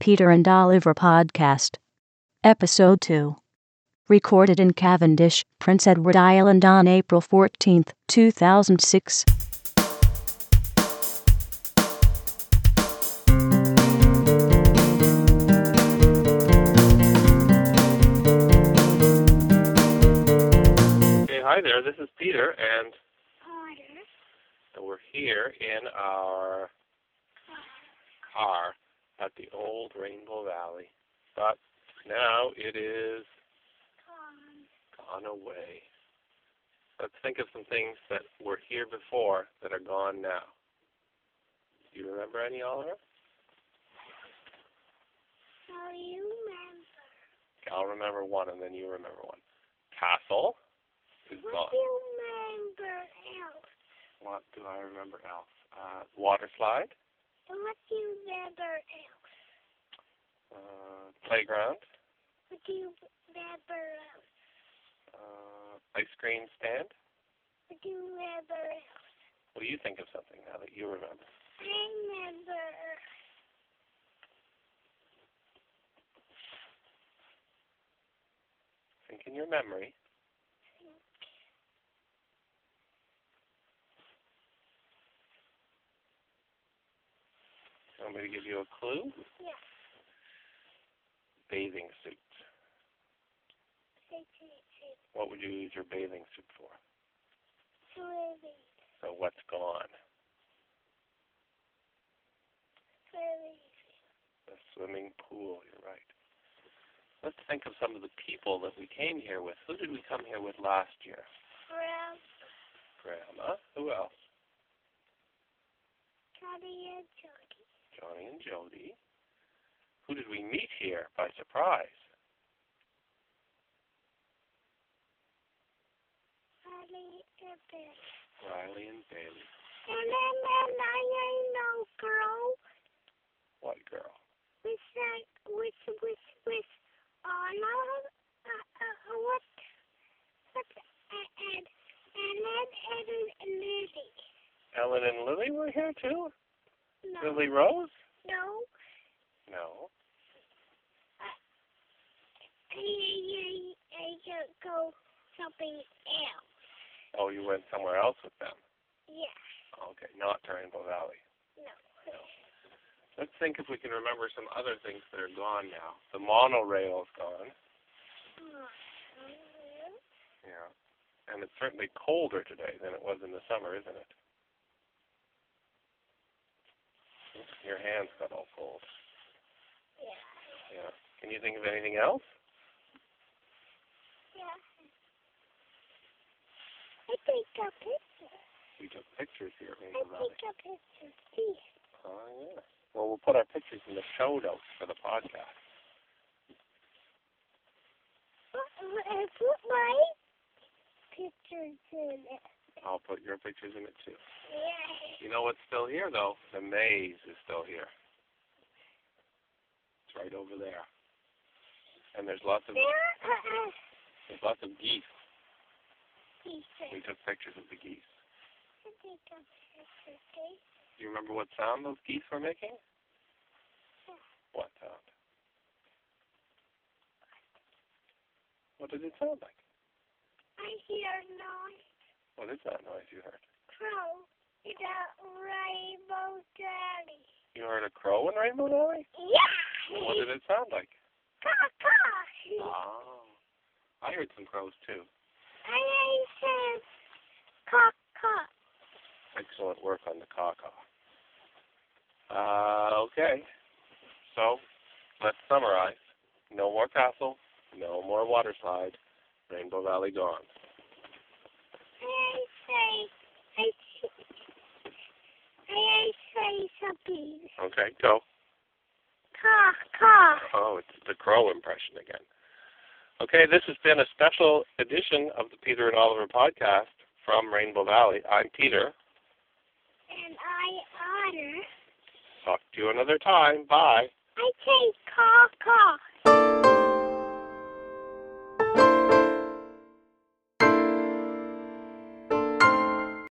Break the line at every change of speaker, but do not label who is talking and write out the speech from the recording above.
Peter and Oliver Podcast. Episode 2. Recorded in Cavendish, Prince Edward Island on April 14, 2006.
Hey, hi there. This is Peter, and
Order.
we're here in our car at the old Rainbow Valley. But now it is
Um,
gone away. Let's think of some things that were here before that are gone now. Do you remember any, Oliver?
how do you remember?
I'll remember one, and then you remember one. Castle is
What
gone.
do you remember else?
What do I remember else? Uh, water slide,
And what do you remember else?
uh, playground,
What do you remember else?
uh, ice cream stand.
What do you remember else?
Well, you think of something now that you remember.
I remember
Think in your memory. Want me to give you a clue?
Yes.
Bathing suit.
city
What would you use your bathing suit for?
swimming,
So what's gone?
swimming.
The swimming pool, you're right. Let's think of some of the people that we came here with. Who did we come here with last year?
From
Grandma. Who else?
Tommy and Jody.
Johnny and Jody. Who did we meet here by surprise?
Tommy and Bill.
Riley and Bailey.
And then, then I ain't no girl.
What girl?
with that with with with uh no uh, uh what what and and and then and, and Lily.
Ellen and Lily were here too?
No
Lily Rose?
no
No.
I, I, I, I should go something else.
Oh, you went somewhere else with them.
Yeah.
Okay, not to Rainbow Valley.
No.
Let's think if we can remember some other things that are gone now. The monorail's gone.
Mm-hmm.
Yeah. And it's certainly colder today than it was in the summer, isn't it? Your hands got all cold.
Yeah.
Yeah. Can you think of anything else?
Yeah. I take a picture.
We took pictures here at
I
Rainbow Valley.
take a picture. See.
Oh, yeah. Well, we'll put our pictures in the show notes for the podcast.
I put my pictures in it.
I'll put your pictures in it too.
Yeah.
You know what's still here though? The maze is still here. It's right over there. And there's lots of
There are
there's lots of geese. We
pieces.
took pictures of the geese.
I think I'm okay.
Do you remember what sound those geese were making? What sound? What did it sound like?
I hear no
What is that noise you heard?
crow. It's a rainbow daddy.
You heard a crow in Rainbow Valley?
Yeah.
What did it sound like?
Caw, caw.
Oh. I heard some crows too.
I ain't saying caw, caw.
excellent work on the caca. Uh, okay. So, let's summarize. No more castle, no more water slide, Rainbow Valley gone.
I ain't say I I ain't say something.
Okay, go.
Caw, caw.
Oh, it's the crow impression again. Okay, this has been a special edition of the Peter and Oliver podcast from Rainbow Valley. I'm Peter.
And I honor.
Talk to you another time. Bye.
I say caw, caw.